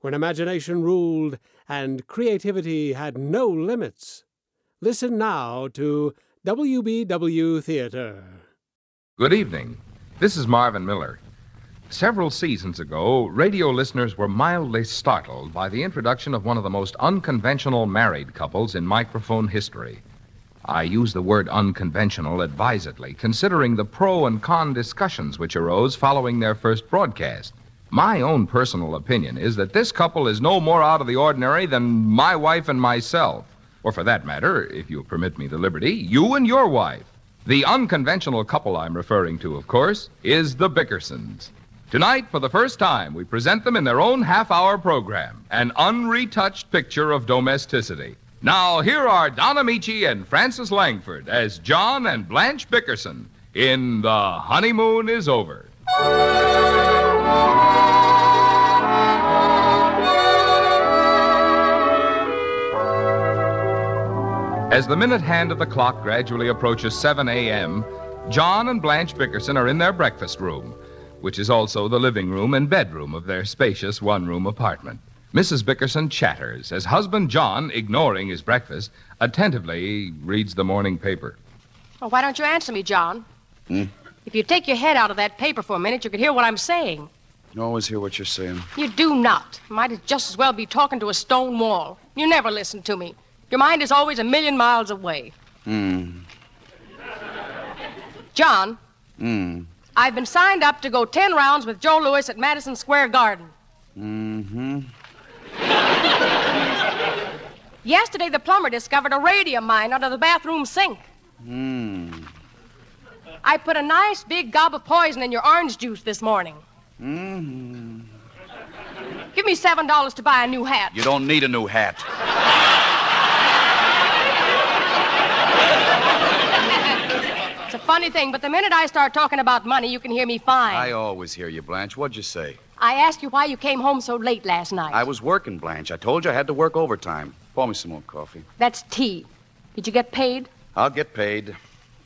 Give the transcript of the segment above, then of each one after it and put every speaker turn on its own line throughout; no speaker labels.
when imagination ruled and creativity had no limits. Listen now to WBW Theater.
Good evening. This is Marvin Miller. Several seasons ago, radio listeners were mildly startled by the introduction of one of the most unconventional married couples in microphone history. I use the word unconventional advisedly, considering the pro and con discussions which arose following their first broadcast. My own personal opinion is that this couple is no more out of the ordinary than my wife and myself. Or, for that matter, if you permit me the liberty, you and your wife. The unconventional couple I'm referring to, of course, is the Bickersons. Tonight, for the first time, we present them in their own half hour program an unretouched picture of domesticity. Now, here are Don Amici and Francis Langford as John and Blanche Bickerson in The Honeymoon is Over. As the minute hand of the clock gradually approaches 7 a.m., John and Blanche Bickerson are in their breakfast room, which is also the living room and bedroom of their spacious one room apartment. Mrs. Bickerson chatters as husband John, ignoring his breakfast, attentively reads the morning paper.
Well, why don't you answer me, John? If you take your head out of that paper for a minute, you could hear what I'm saying.
You always hear what you're saying.
You do not. Might as just as well be talking to a stone wall. You never listen to me. Your mind is always a million miles away.
Hmm.
John,
Hmm.
I've been signed up to go ten rounds with Joe Lewis at Madison Square Garden.
Mm-hmm.
Yesterday, the plumber discovered a radium mine under the bathroom sink.
Hmm.
I put a nice big gob of poison in your orange juice this morning.
Mm-hmm.
Give me seven dollars to buy a new hat.
You don't need a new hat.
It's a funny thing, but the minute I start talking about money, you can hear me fine.
I always hear you, Blanche. What'd you say?
I asked you why you came home so late last night.
I was working, Blanche. I told you I had to work overtime. Pour me some more coffee.
That's tea. Did you get paid?
I'll get paid.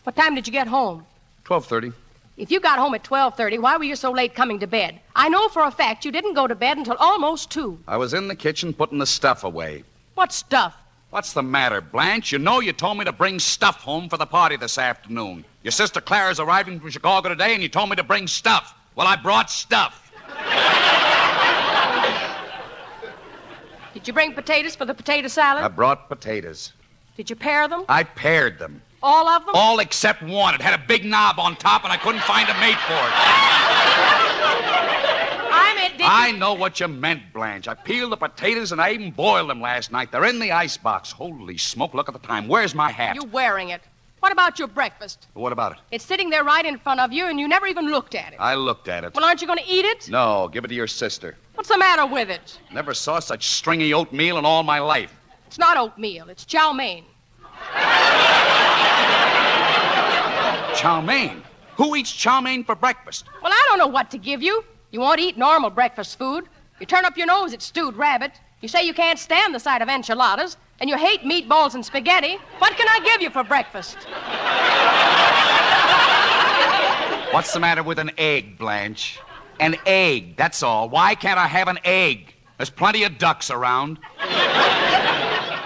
What time did you get home?
Twelve thirty.
If you got home at 12:30, why were you so late coming to bed? I know for a fact you didn't go to bed until almost 2.
I was in the kitchen putting the stuff away.
What stuff?
What's the matter, Blanche? You know you told me to bring stuff home for the party this afternoon. Your sister Clara's arriving from Chicago today, and you told me to bring stuff. Well, I brought stuff.
Did you bring potatoes for the potato salad?
I brought potatoes.
Did you pair them?
I pared them.
All of them?
All except one. It had a big knob on top, and I couldn't find a mate for it.
I meant did
I know what you meant, Blanche. I peeled the potatoes and I even boiled them last night. They're in the icebox. Holy smoke, look at the time. Where's my hat?
you wearing it. What about your breakfast?
What about it?
It's sitting there right in front of you and you never even looked at it.
I looked at it.
Well, aren't you going to eat it?
No, give it to your sister.
What's the matter with it?
Never saw such stringy oatmeal in all my life.
It's not oatmeal, it's chow mein.
Chow mein. Who eats chow mein for breakfast?
Well, I don't know what to give you. You won't eat normal breakfast food. You turn up your nose at stewed rabbit. You say you can't stand the sight of enchiladas, and you hate meatballs and spaghetti. What can I give you for breakfast?
What's the matter with an egg, Blanche? An egg, that's all. Why can't I have an egg? There's plenty of ducks around.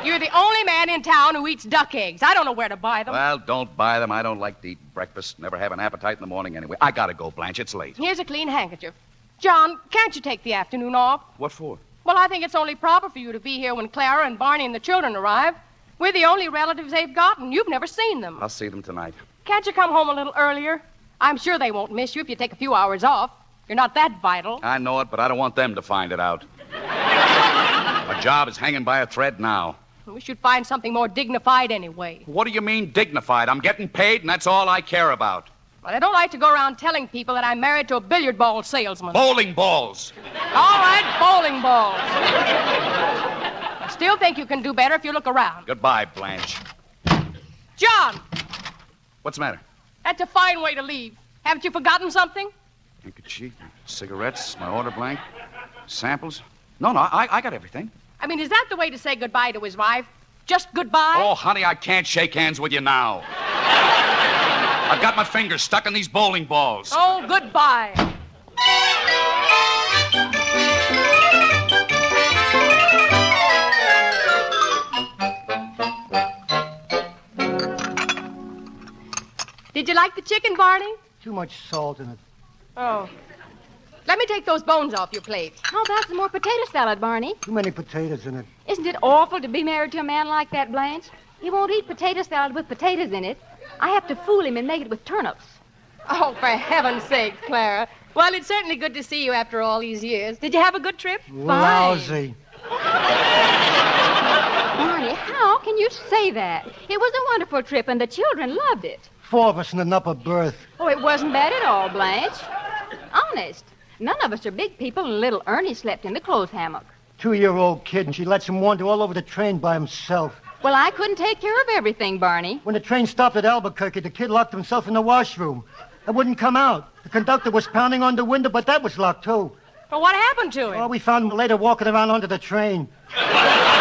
You're the only man in town who eats duck eggs. I don't know where to buy them.
Well, don't buy them. I don't like to eat breakfast. Never have an appetite in the morning anyway. I gotta go, Blanche. It's late.
Here's a clean handkerchief. John, can't you take the afternoon off?
What for?
Well, I think it's only proper for you to be here when Clara and Barney and the children arrive. We're the only relatives they've got, and You've never seen them.
I'll see them tonight.
Can't you come home a little earlier? I'm sure they won't miss you if you take a few hours off. You're not that vital.
I know it, but I don't want them to find it out. My job is hanging by a thread now.
We should find something more dignified anyway.
What do you mean dignified? I'm getting paid, and that's all I care about.
But I don't like to go around telling people that I'm married to a billiard ball salesman.
Bowling balls.
All right, bowling balls. I still think you can do better if you look around.
Goodbye, Blanche.
John,
What's the matter?
that's a fine way to leave. Haven't you forgotten something?
Handkerchief, cigarettes, my order blank, samples. No, no, I, I got everything.
I mean, is that the way to say goodbye to his wife? Just goodbye?
Oh, honey, I can't shake hands with you now. I've got my fingers stuck in these bowling balls.
Oh, goodbye. Did you like the chicken, Barney?
Too much salt in it.
Oh. Let me take those bones off your plate.
How about some more potato salad, Barney?
Too many potatoes in it.
Isn't it awful to be married to a man like that, Blanche? He won't eat potato salad with potatoes in it. I have to fool him and make it with turnips.
Oh, for heaven's sake, Clara. Well, it's certainly good to see you after all these years. Did you have a good trip?
Lousy.
Barney, how can you say that? It was a wonderful trip, and the children loved it.
Four of us in an upper berth.
Oh, it wasn't bad at all, Blanche. Honest. None of us are big people, and little Ernie slept in the clothes hammock.
Two year old kid, and she lets him wander all over the train by himself.
Well, I couldn't take care of everything, Barney.
When the train stopped at Albuquerque, the kid locked himself in the washroom and wouldn't come out. The conductor was pounding on the window, but that was locked too.
Well, what happened to him?
Well, we found him later walking around under the train.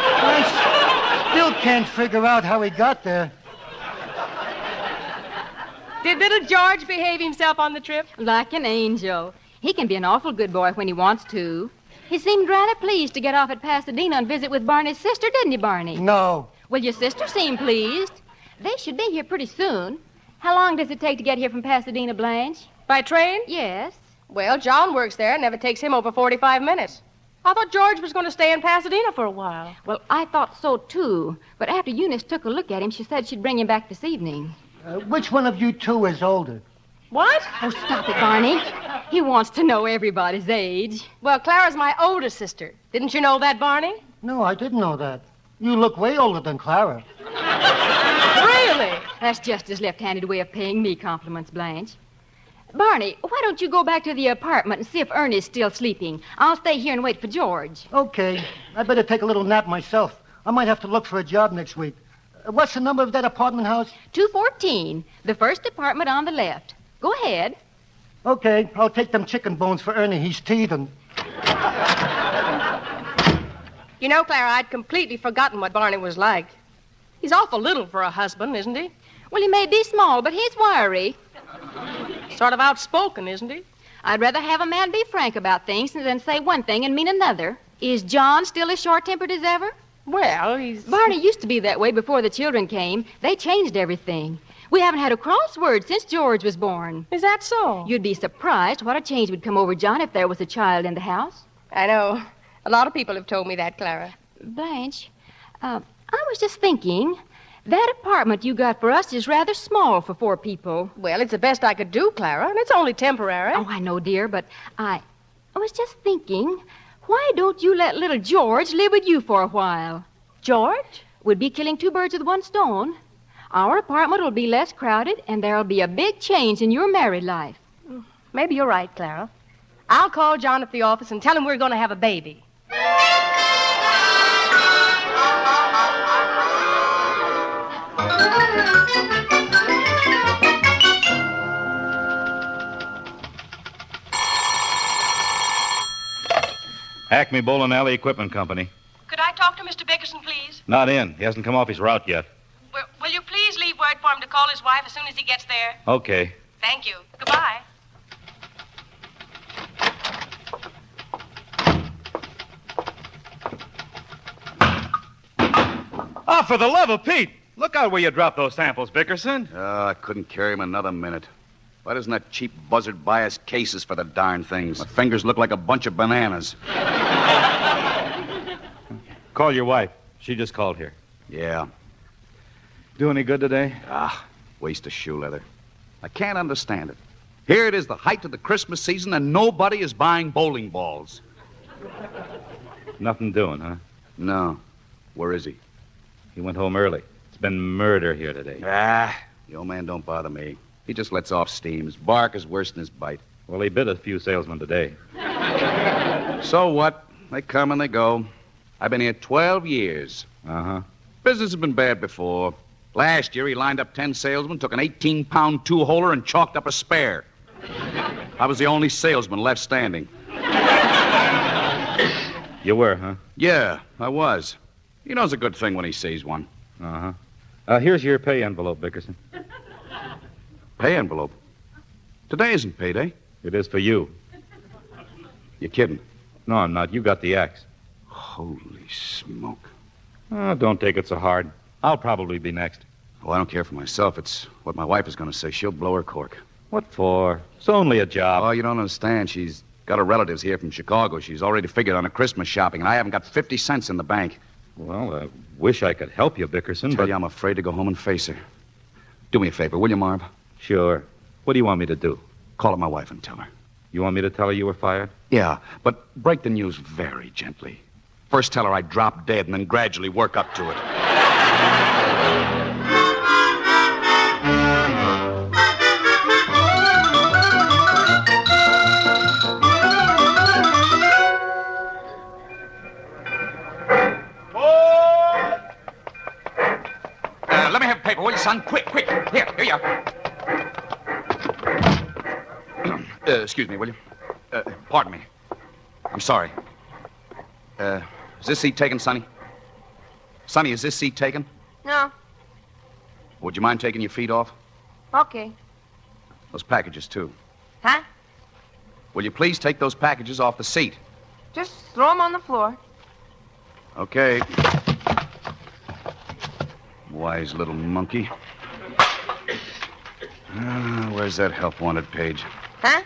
I still can't figure out how he got there.
Did little George behave himself on the trip?
Like an angel. He can be an awful good boy when he wants to. He seemed rather pleased to get off at Pasadena and visit with Barney's sister, didn't you, Barney?
No.
Well, your sister seemed pleased. They should be here pretty soon. How long does it take to get here from Pasadena, Blanche?
By train?
Yes.
Well, John works there, and it takes him over 45 minutes. I thought George was going to stay in Pasadena for a while.
Well, I thought so too. But after Eunice took a look at him, she said she'd bring him back this evening.
Uh, which one of you two is older?
What?
Oh, stop it, Barney. He wants to know everybody's age.
Well, Clara's my older sister. Didn't you know that, Barney?
No, I didn't know that. You look way older than Clara.
Really?
That's just his left-handed way of paying me compliments, Blanche. Barney, why don't you go back to the apartment and see if Ernie's still sleeping? I'll stay here and wait for George.
Okay, I better take a little nap myself. I might have to look for a job next week. Uh, What's the number of that apartment house?
214, the first apartment on the left. Go ahead.
Okay, I'll take them chicken bones for Ernie. He's teething.
You know, Clara, I'd completely forgotten what Barney was like. He's awful little for a husband, isn't he?
Well, he may be small, but he's wiry.
Sort of outspoken, isn't he?
I'd rather have a man be frank about things than say one thing and mean another. Is John still as short-tempered as ever?
Well, he's.
Barney used to be that way before the children came. They changed everything. We haven't had a crossword since George was born.
Is that so?
You'd be surprised what a change would come over John if there was a child in the house.
I know. A lot of people have told me that, Clara.
Blanche, uh, I was just thinking. That apartment you got for us is rather small for four people.
Well, it's the best I could do, Clara, and it's only temporary.
Oh, I know, dear, but I, I was just thinking, why don't you let little George live with you for a while?
George?
We'd be killing two birds with one stone. Our apartment will be less crowded, and there'll be a big change in your married life.
Maybe you're right, Clara. I'll call John at the office and tell him we're going to have a baby.
Acme Bowling Alley Equipment Company.
Could I talk to Mr. Bickerson, please?
Not in. He hasn't come off his route yet.
Will, will you please leave word for him to call his wife as soon as he gets there?
Okay.
Thank you. Goodbye.
Oh, for the love of Pete! Look out where you drop those samples, Bickerson.
Oh, I couldn't carry him another minute. Why doesn't that cheap buzzard buy us cases for the darn things? My fingers look like a bunch of bananas.
Call your wife. She just called here.
Yeah,
Do any good today?
Ah, waste of shoe leather. I can't understand it. Here it is, the height of the Christmas season, and nobody is buying bowling balls.
Nothing doing, huh?
No. Where is he?
He went home early. It's been murder here today.
Ah, the old man don't bother me. He just lets off steam. His bark is worse than his bite.
Well, he bit a few salesmen today.
So what? They come and they go. I've been here 12 years.
Uh
Uh-huh.
huh.
Business has been bad before. Last year, he lined up 10 salesmen, took an 18 pound two holer, and chalked up a spare. I was the only salesman left standing.
You were, huh?
Yeah, I was. He knows a good thing when he sees one.
Uh huh. Uh, here's your pay envelope, Bickerson.
Pay envelope. Today isn't payday.
It is for you.
You're kidding.
No, I'm not. You got the axe.
Holy smoke.
Oh, don't take it so hard. I'll probably be next.
Oh, I don't care for myself. It's what my wife is going to say. She'll blow her cork.
What for? It's only a job.
Oh, you don't understand. She's got her relatives here from Chicago. She's already figured on her Christmas shopping, and I haven't got 50 cents in the bank.
Well, I wish I could help you, Bickerson,
Tell
but
you, I'm afraid to go home and face her. Do me a favor, will you, Marv?
sure. What do you want me to do?
Call up my wife and tell her.
You want me to tell her you were fired?
Yeah, but break the news very gently. First, tell her I dropped dead, and then gradually work up to it. Uh, let me have paper, will you, son? Quick, quick. Here, here you are. uh, excuse me, will you? Uh, pardon me. I'm sorry. Uh, is this seat taken, Sonny? Sonny, is this seat taken?
No.
Would you mind taking your feet off?
Okay.
Those packages, too.
Huh?
Will you please take those packages off the seat?
Just throw them on the floor.
Okay. Wise little monkey. Ah, where's that help wanted page?
Huh?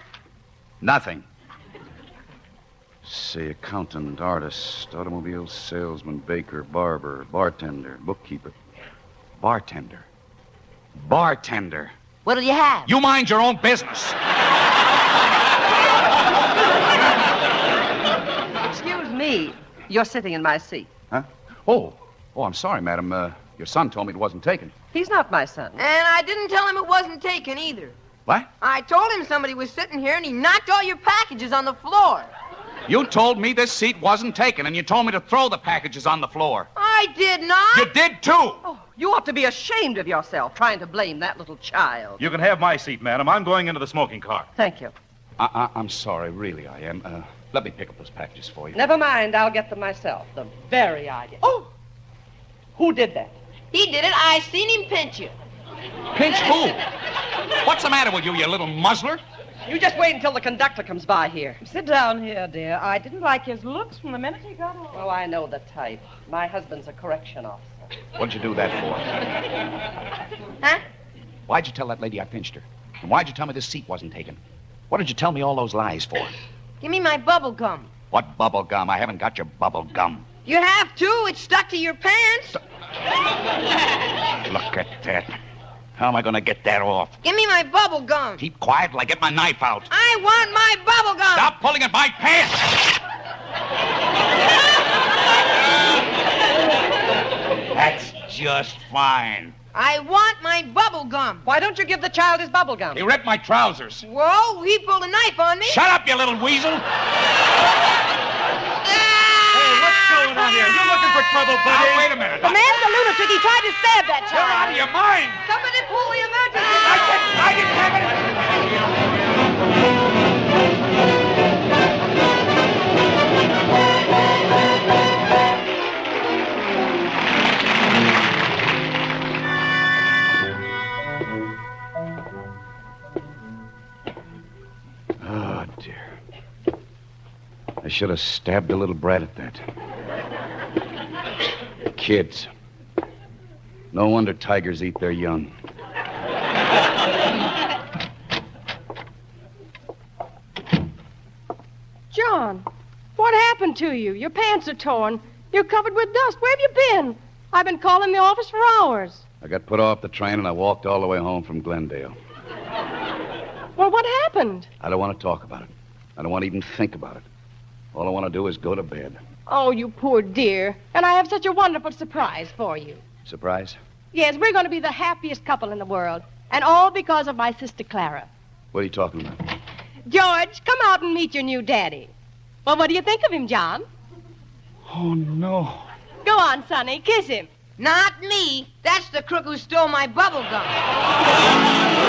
Nothing. Say, accountant, artist, automobile salesman, baker, barber, bartender, bookkeeper. Bartender. Bartender.
What'll you have?
You mind your own business.
Excuse me. You're sitting in my seat.
Huh? Oh, oh, I'm sorry, madam. Uh, your son told me it wasn't taken.
He's not my son.
And I didn't tell him it wasn't taken either.
What?
I told him somebody was sitting here and he knocked all your packages on the floor.
You told me this seat wasn't taken, and you told me to throw the packages on the floor.
I did not.
You did too.
Oh, you ought to be ashamed of yourself trying to blame that little child.
You can have my seat, madam. I'm going into the smoking car.
Thank you.
I, I, am sorry, really, I am. Uh, let me pick up those packages for you.
Never mind. I'll get them myself. The very idea. Oh! Who did that?
He did it. I seen him pinch you.
Pinch who? What's the matter with you, you little muzzler?
You just wait until the conductor comes by here. Sit down here, dear. I didn't like his looks from the minute he got on. Oh, I know the type. My husband's a correction officer.
What'd you do that for?
Huh?
Why'd you tell that lady I pinched her? And why'd you tell me this seat wasn't taken? What did you tell me all those lies for?
Give me my bubble gum.
What bubble gum? I haven't got your bubble gum.
You have two. It's stuck to your pants.
Look at that. How am I going to get that off?
Give me my bubble gum.
Keep quiet till I get my knife out.
I want my bubble gum.
Stop pulling at my pants! That's just fine.
I want my bubble gum.
Why don't you give the child his bubble gum?
He ripped my trousers.
Whoa, he pulled a knife on me.
Shut up, you little weasel!
Hey, what's going on here? You looking for trouble, buddy?
Now, wait a minute.
The man's a lunatic. He tried to stab that
You're out
child.
of your mind!
Somebody pull the emergency.
I didn't, I didn't have it! Oh, dear. I should have stabbed a little brat at that. Kids. No wonder tigers eat their young.
John, what happened to you? Your pants are torn. You're covered with dust. Where have you been? I've been calling the office for hours.
I got put off the train and I walked all the way home from Glendale.
Well, what happened?
I don't want to talk about it. I don't want to even think about it. All I want to do is go to bed.
Oh, you poor dear. And I have such a wonderful surprise for you.
Surprise?
Yes, we're going to be the happiest couple in the world. And all because of my sister Clara.
What are you talking about?
George, come out and meet your new daddy. Well, what do you think of him, John?
Oh, no.
Go on, Sonny. Kiss him.
Not me. That's the crook who stole my bubble gum.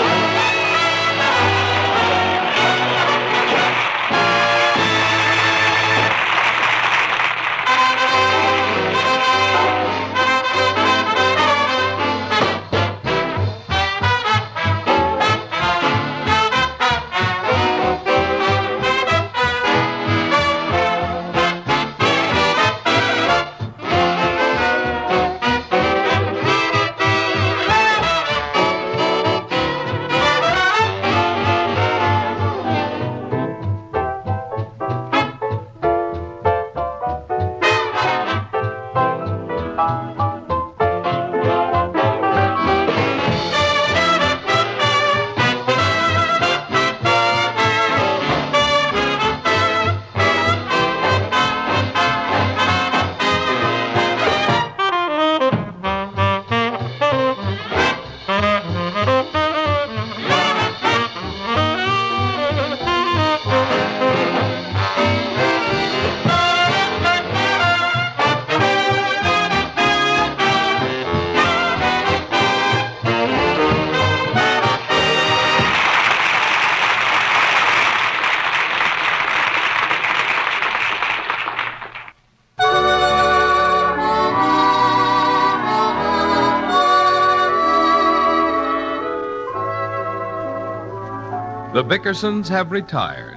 The Bickersons have retired.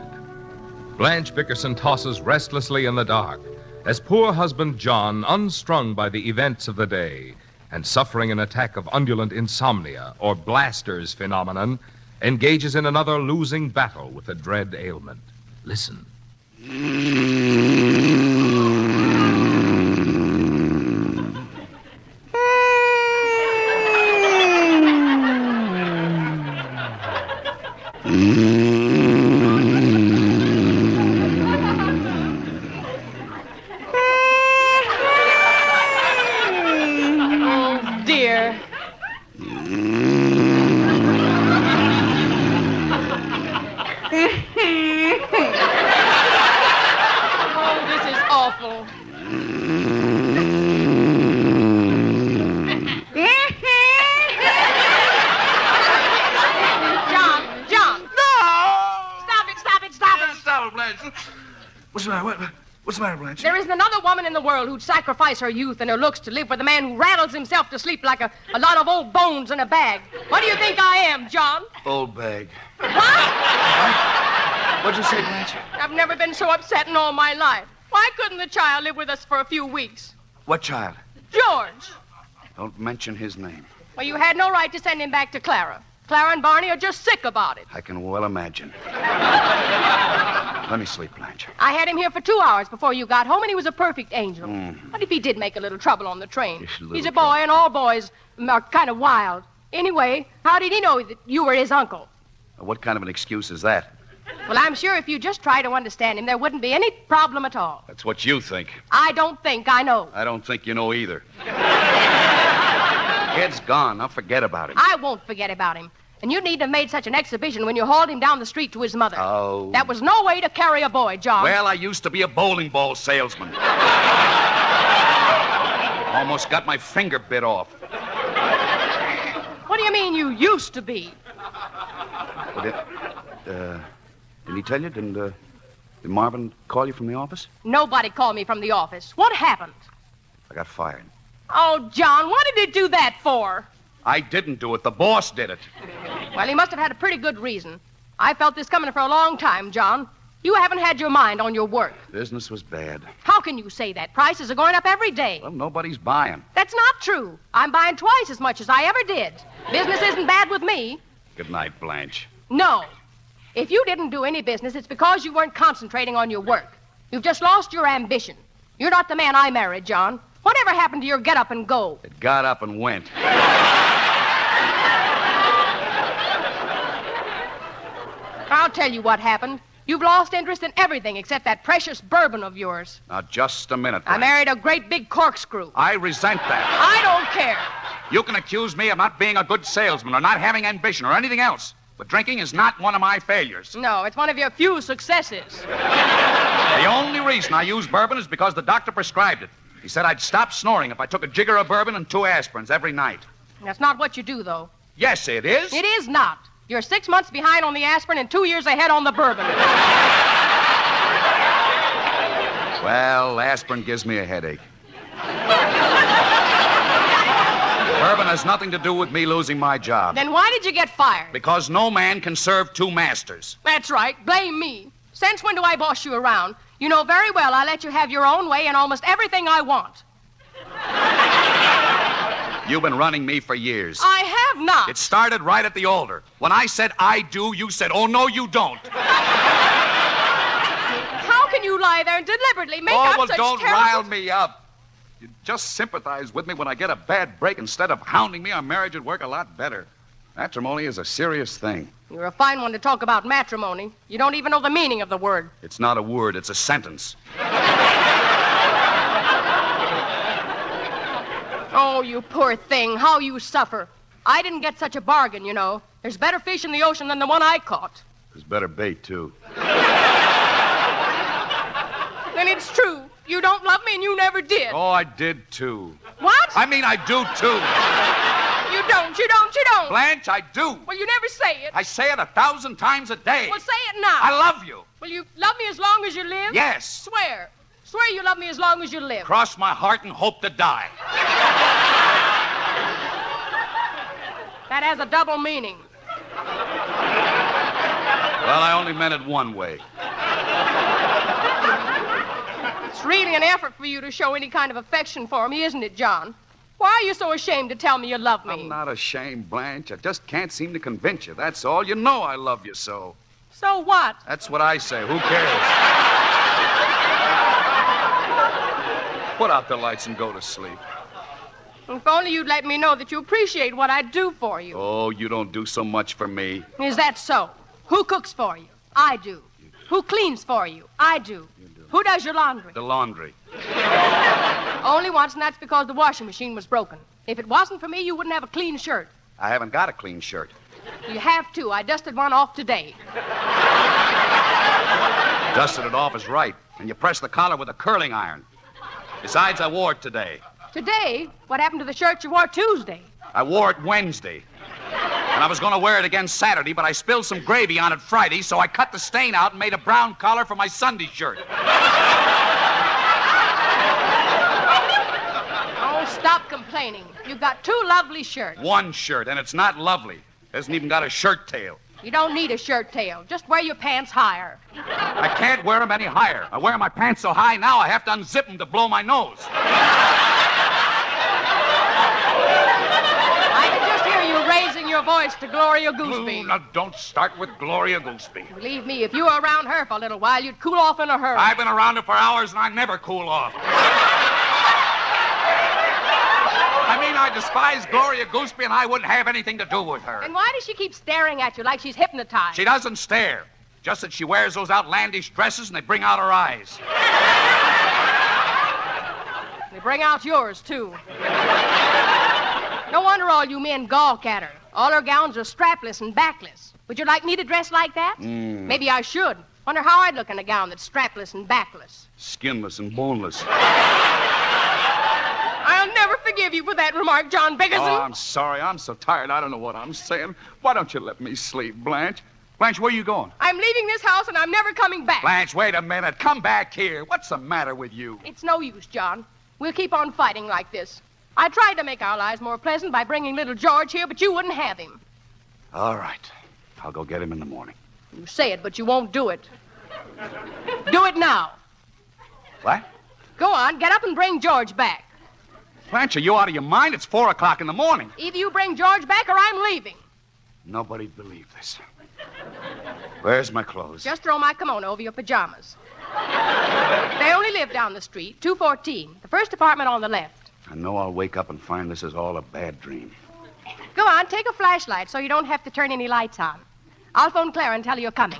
Blanche Bickerson tosses restlessly in the dark as poor husband John, unstrung by the events of the day and suffering an attack of undulant insomnia or blasters phenomenon, engages in another losing battle with the dread ailment. Listen.
Oh, dear. Oh, oh, this is awful. John, John.
No!
Stop it, stop it, stop it.
Stop it, Blanche. What's the matter? What, what's the matter, Blanche?
There isn't another woman in the world who'd sacrifice her youth and her looks to live with a man who rattles himself to sleep like a, a lot of old bones in a bag. What do you think I am, John?
Old bag.
What?
What'd you say, Blanche?
I've never been so upset in all my life. Why couldn't the child live with us for a few weeks?
What child?
George.
Don't mention his name.
Well, you had no right to send him back to Clara. Clara and Barney are just sick about it.
I can well imagine. Let me sleep, Blanche.
I had him here for two hours before you got home, and he was a perfect angel. What if he did make a little trouble on the train?
Yes, Mm. a little
He's a boy, and all boys are kind of wild. Anyway, how did he know that you were his uncle?
What kind of an excuse is that?
Well, I'm sure if you just try to understand him, there wouldn't be any problem at all.
That's what you think.
I don't think I know.
I don't think you know either. Kid's gone. Now forget about him.
I won't forget about him. And you needn't have made such an exhibition when you hauled him down the street to his mother.
Oh.
That was no way to carry a boy, John.
Well, I used to be a bowling ball salesman. Almost got my finger bit off.
What do you mean you used to be?
But it, uh, did he tell you? Didn't, uh, did Marvin call you from the office?
Nobody called me from the office. What happened?
I got fired.
Oh, John, what did he do that for?
I didn't do it. The boss did it.
Well, he must have had a pretty good reason. I felt this coming for a long time, John. You haven't had your mind on your work.
Business was bad.
How can you say that? Prices are going up every day.
Well, nobody's buying.
That's not true. I'm buying twice as much as I ever did. Business isn't bad with me.
Good night, Blanche.
No. If you didn't do any business, it's because you weren't concentrating on your work. You've just lost your ambition. You're not the man I married, John. Whatever happened to your get up and go?
It got up and went.
I'll tell you what happened. You've lost interest in everything except that precious bourbon of yours.
Now, just a minute.
I
Blanche.
married a great big corkscrew.
I resent that.
I don't care.
You can accuse me of not being a good salesman or not having ambition or anything else. But drinking is not one of my failures.
No, it's one of your few successes.
The only reason I use bourbon is because the doctor prescribed it. He said I'd stop snoring if I took a jigger of bourbon and two aspirins every night.
That's not what you do, though.
Yes, it is.
It is not. You're six months behind on the aspirin and two years ahead on the bourbon.
Well, aspirin gives me a headache. Bourbon has nothing to do with me losing my job.
then why did you get fired?
Because no man can serve two masters.
That's right. Blame me. Since when do I boss you around? You know very well I let you have your own way in almost everything I want.
You've been running me for years.
I have not.
It started right at the altar. When I said I do, you said, oh, no, you don't.
How can you lie there and deliberately make
oh,
up
well,
such
don't
terrible...
rile me up. You just sympathize with me when I get a bad break instead of hounding me on marriage would work a lot better. Matrimony is a serious thing.
You're a fine one to talk about matrimony. You don't even know the meaning of the word.
It's not a word, it's a sentence.
Oh, you poor thing. How you suffer. I didn't get such a bargain, you know. There's better fish in the ocean than the one I caught.
There's better bait, too.
And it's true. You don't love me and you never did.
Oh, I did, too.
What?
I mean, I do, too.
You don't, you don't, you don't.
Blanche, I do.
Well, you never say it.
I say it a thousand times a day.
Well, say it now.
I love you.
Will you love me as long as you live?
Yes.
Swear. Swear you love me as long as you live.
Cross my heart and hope to die.
That has a double meaning.
Well, I only meant it one way.
It's really an effort for you to show any kind of affection for me, isn't it, John? Why are you so ashamed to tell me you love me?
I'm not ashamed, Blanche. I just can't seem to convince you. That's all. You know I love you so.
So what?
That's what I say. Who cares? Put out the lights and go to sleep.
If only you'd let me know that you appreciate what I do for you.
Oh, you don't do so much for me.
Is that so? Who cooks for you? I do. Who cleans for you? I do. Who does your laundry?
The laundry.
Only once, and that's because the washing machine was broken. If it wasn't for me, you wouldn't have a clean shirt.
I haven't got a clean shirt.
You have to. I dusted one off today.
Dusted it off is right, and you press the collar with a curling iron. Besides, I wore it today.
Today? What happened to the shirt you wore Tuesday?
I wore it Wednesday. And I was going to wear it again Saturday, but I spilled some gravy on it Friday, so I cut the stain out and made a brown collar for my Sunday shirt.
Oh, stop complaining. You've got two lovely shirts.
One shirt, and it's not lovely. Hasn't even got a shirt tail.
You don't need a shirt tail. Just wear your pants higher.
I can't wear 'em any higher. I wear my pants so high now I have to unzip 'em to blow my nose.
I can just hear you raising your voice to Gloria
Ooh,
Gooseby.
now don't start with Gloria Gooseby.
Believe me, if you were around her for a little while, you'd cool off in a hurry.
I've been around her for hours and I never cool off. I mean, I despise Gloria Gooseby and I wouldn't have anything to do with her.
And why does she keep staring at you like she's hypnotized?
She doesn't stare. Just that she wears those outlandish dresses and they bring out her eyes.
They bring out yours, too. no wonder all you men gawk at her. All her gowns are strapless and backless. Would you like me to dress like that? Maybe I should. Wonder how I'd look in a gown that's strapless and backless.
Skinless and boneless.
I'll never forgive you for that remark, John Biggerson.
Oh, I'm sorry. I'm so tired. I don't know what I'm saying. Why don't you let me sleep, Blanche? Blanche, where are you going?
I'm leaving this house and I'm never coming back.
Blanche, wait a minute. Come back here. What's the matter with you?
It's no use, John. We'll keep on fighting like this. I tried to make our lives more pleasant by bringing little George here, but you wouldn't have him.
All right. I'll go get him in the morning.
You say it, but you won't do it. do it now.
What?
Go on, get up and bring George back.
Blanche, are you out of your mind? It's four o'clock in the morning.
Either you bring George back or I'm leaving.
Nobody'd believe this. Where's my clothes?
Just throw my kimono over your pajamas. they only live down the street, 214, the first apartment on the left.
I know I'll wake up and find this is all a bad dream.
Go on, take a flashlight so you don't have to turn any lights on. I'll phone Clara and tell her you're coming.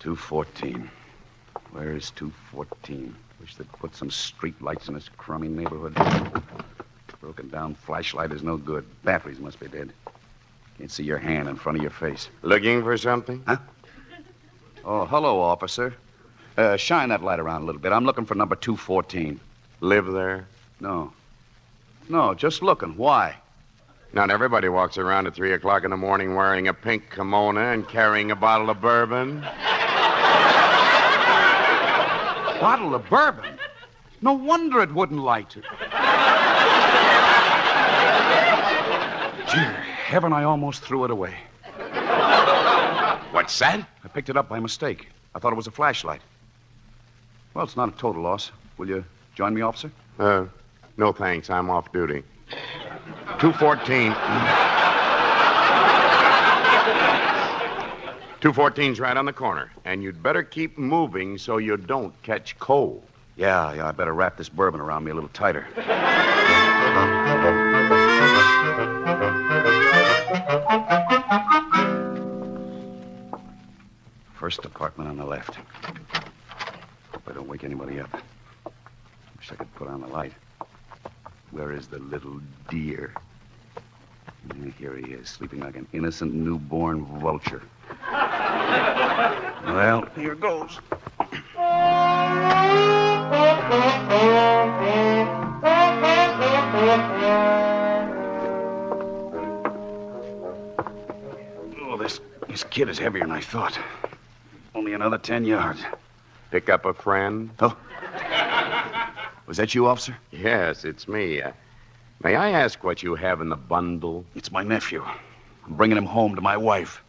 214. Where is 214? Wish they'd put some street lights in this crummy neighborhood. Broken down flashlight is no good. Batteries must be dead. Can't see your hand in front of your face.
Looking for something?
Huh? Oh, hello, officer. Uh, shine that light around a little bit. I'm looking for number 214.
Live there?
No. No, just looking. Why?
Not everybody walks around at 3 o'clock in the morning wearing a pink kimono and carrying a bottle of bourbon.
Bottle of bourbon? No wonder it wouldn't light. Dear heaven, I almost threw it away. What's that? I picked it up by mistake. I thought it was a flashlight. Well, it's not a total loss. Will you join me, officer?
Uh, no thanks. I'm off duty. 214. 214's right on the corner, and you'd better keep moving so you don't catch cold.
Yeah, yeah, I better wrap this bourbon around me a little tighter. First apartment on the left. Hope I don't wake anybody up. Wish I could put on the light. Where is the little dear? Yeah, Here he is, sleeping like an innocent newborn vulture. Well, here goes. Oh, this, this kid is heavier than I thought. Only another ten yards.
Pick up a friend?
Oh. Was that you, officer?
Yes, it's me. Uh, may I ask what you have in the bundle?
It's my nephew. I'm bringing him home to my wife.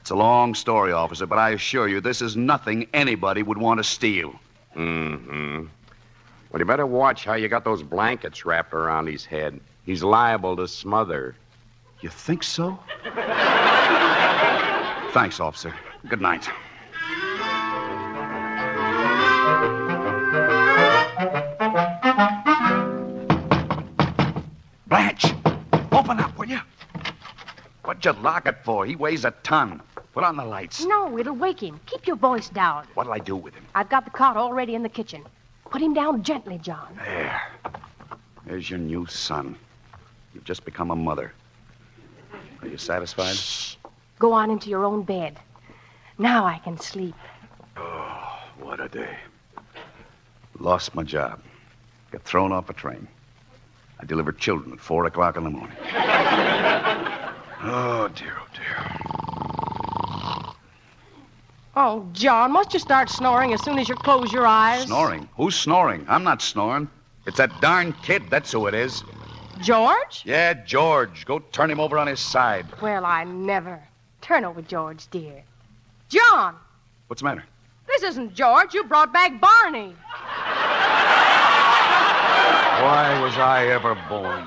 It's a long story, officer, but I assure you this is nothing anybody would want to steal.
Mm-hmm. Well, you better watch how you got those blankets wrapped around his head. He's liable to smother.
You think so? Thanks, officer. Good night. Blanche, open up, will you? What'd you lock it for? He weighs a ton. Put on the lights.
No, it'll wake him. Keep your voice down.
What'll I do with him?
I've got the cot already in the kitchen. Put him down gently, John.
There. There's your new son. You've just become a mother. Are you satisfied?
Go on into your own bed. Now I can sleep.
What a day. Lost my job. Got thrown off a train. I delivered children at four o'clock in the morning. oh, dear, oh, dear.
Oh, John, must you start snoring as soon as you close your eyes?
Snoring? Who's snoring? I'm not snoring. It's that darn kid. That's who it is.
George?
Yeah, George. Go turn him over on his side.
Well, I never. Turn over, George, dear. John,
What's the matter?
this isn't George. You brought back Barney.
Why was I ever born?